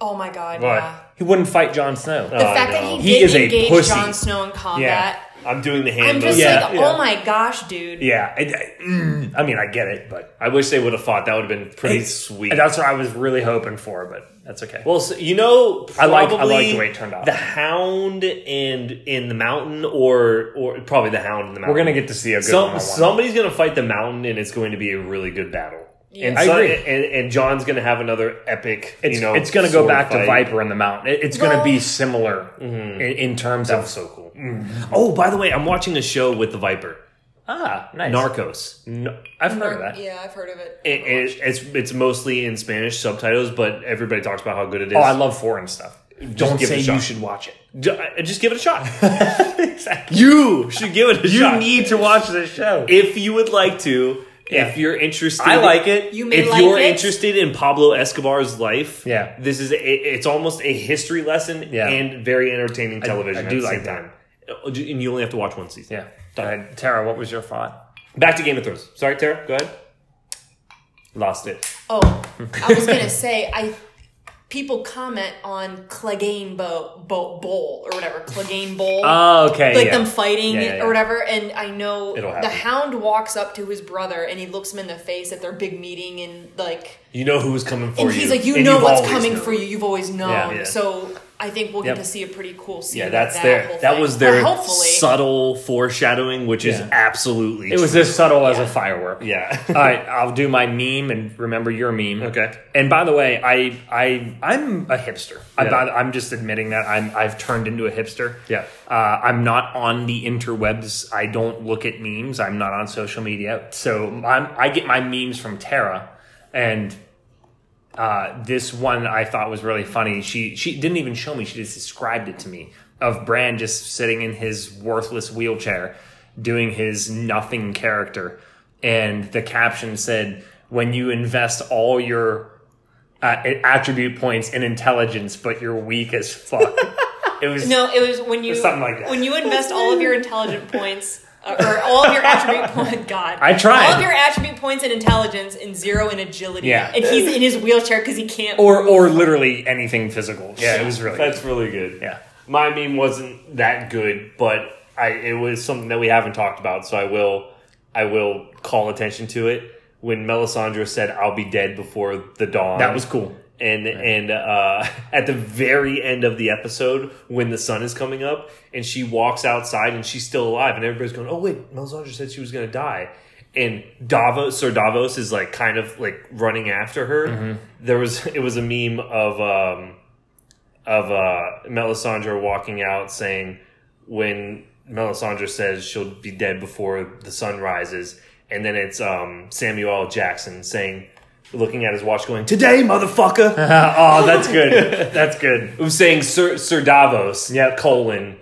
D: oh my god,
A: Why?
D: yeah.
B: He wouldn't fight Jon Snow.
D: The
A: I
D: fact that
A: know.
D: he,
B: Oh, He
D: did
B: is a
D: engage
B: pussy.
D: Jon Snow in combat.
A: I'm doing the hand.
D: I'm just
B: Yeah,
D: like,
A: yeah.
D: oh my gosh, dude.
B: yeah, I, I- mm, I mean, I get it, but
A: I wish they would have fought. That would have been pretty sweet.
B: that's what I was really hoping for. But that's okay.
A: Well, so, you know,
B: I like- I like
A: probably
B: the way it turned out.
A: The Hound and in the Mountain, or or probably the Hound in the Mountain.
B: We're gonna get to see a good
A: Some,
B: one-on-one.
A: somebody's going to fight the Mountain, and it's going to be a really good battle. And
B: I
A: so-
B: agree.
A: And, and John's going to have another epic.
B: It's,
A: you know,
B: it's going to go
A: sword
B: back to
A: fight.
B: Viper in the Mountain. It- it's going to
D: Well-
B: be similar in, in terms
A: That
B: of
A: was so cool. Oh, by the way, I'm watching a show with the Viper,
B: ah, nice.
A: Narcos.
B: No, I've heard of that.
D: Yeah, I've heard of it.
A: It, it, it's it's mostly in Spanish subtitles, but everybody talks about how good it is.
B: Oh, I love foreign stuff. Don't
A: give
B: say
A: it a
B: you
A: shot.
B: should watch it.
A: Ju- I- just give it a shot. You should give it a
B: You
A: shot.
B: need to watch this show.
A: if you would like to,
B: Yeah.
A: if you're interested,
B: I like it.
D: You may
A: If
D: like
A: you're
D: it.
A: interested in Pablo Escobar's life,
B: Yeah.
A: this is a, it's almost a history lesson
B: Yeah.
A: and very entertaining television.
B: I
A: at
B: do
A: the
B: like
A: same time. And you only have to watch one season.
B: Yeah. Uh, Tara, what was your thought?
A: Back to Game of Thrones. Sorry, Tara. Go ahead. Lost it.
D: Oh, I was gonna say, I people comment on Clegane Bo, Bo Bowl or whatever Clegane Bowl.
B: Oh, okay.
D: like
B: yeah.
D: them fighting
B: Yeah, yeah, yeah.
D: or whatever, and I know
A: It'll
D: the
A: happen.
D: hound walks up to his brother and he looks him in the face at their big meeting and like
A: You know who's coming for
D: and
A: you.
D: he's like, you
A: and
D: know
A: you've
D: what's
A: always
D: coming
A: known."
D: for you. You've always known.
A: yeah.
D: So I think we'll
B: Yep.
D: get to see a pretty cool scene.
A: Yeah,
D: of
A: that's
D: that
A: their.
D: whole
A: That
D: thing.
A: was their
D: Or hopefully.
A: subtle foreshadowing, which is
B: Yeah.
A: absolutely.
B: It was
A: true.
B: as subtle as a firework.
A: Yeah.
B: All right, I'll do my meme and remember your meme.
A: Okay.
B: And by the way, I I I'm a hipster. I,
A: Yeah.
B: I'm just admitting that I'm I've turned into a hipster.
A: Yeah.
B: Uh, I'm not on the interwebs. I don't look at memes. I'm not on social media. So I'm, I get my memes from Tara, and uh, this one I thought was really funny. She she didn't even show me. She just described it to me of Bran just sitting in his worthless wheelchair, doing his nothing character, and the caption said, "When you invest all your uh, attribute points in intelligence, but you're weak as fuck." it was
D: No, it was when you
B: something like that.
D: when you invest all of your intelligent points uh, or all of your attribute point. God,
B: I tried.
D: all of your attribute points in intelligence and zero in agility.
B: Yeah.
D: and he's in his wheelchair because he can't.
B: or or literally anything physical. Yeah, it was really
A: That's really good.
B: yeah.
A: my meme wasn't that good, but I it was something that we haven't talked about, so I will I will call attention to it. When Melisandre said, "I'll be dead before the dawn,"
B: That was cool.
A: And and uh, at the very end of the episode, when the sun is coming up, and she walks outside and she's still alive, and everybody's going, "Oh wait, Melisandre said she was going to die." And Davos, Sir Davos, is like kind of like running after her. There was it was a meme of. Um, of uh, Melisandre walking out saying, when Melisandre says she'll be dead before the sun rises, and then it's um, Samuel L. Jackson saying, looking at his watch, going, "Today, motherfucker."
B: oh, that's good. That's good.
A: It was saying Sir Sir Davos,
B: Yep.
A: colon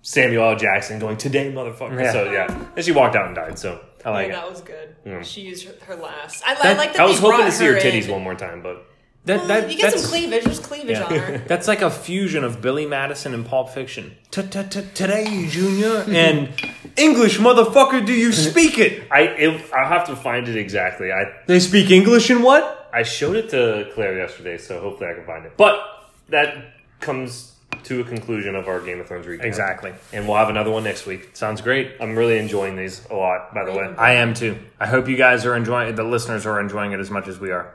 A: Samuel L. Jackson, going, "Today, motherfucker."
B: Yeah.
A: So yeah, and she walked out and died. So
B: I like
D: Oh,
B: it.
D: that was good. She used her, her last. I, I
B: That-
D: like that.
A: Mm. I was
D: they
A: hoping to
D: brought
A: see her
D: in.
A: titties one more time, but
B: That,
D: Well,
B: that,
D: you get some
B: that's-
D: cleavage. There's cleavage on her.
B: That's like a fusion of Billy Madison and Pulp Fiction. Today, Junior, and English, motherfucker, do you speak it?
A: I it, I'll have to find it exactly. I
B: They speak English and what?
A: I showed it to Claire yesterday, so hopefully I can find it. But that comes to a conclusion of our Game of Thrones recap.
B: Exactly.
A: And we'll have another one next week.
B: Sounds great.
A: I'm really enjoying these a lot, by the way.
B: I am too. I hope you guys are enjoying the listeners are enjoying it as much as we are.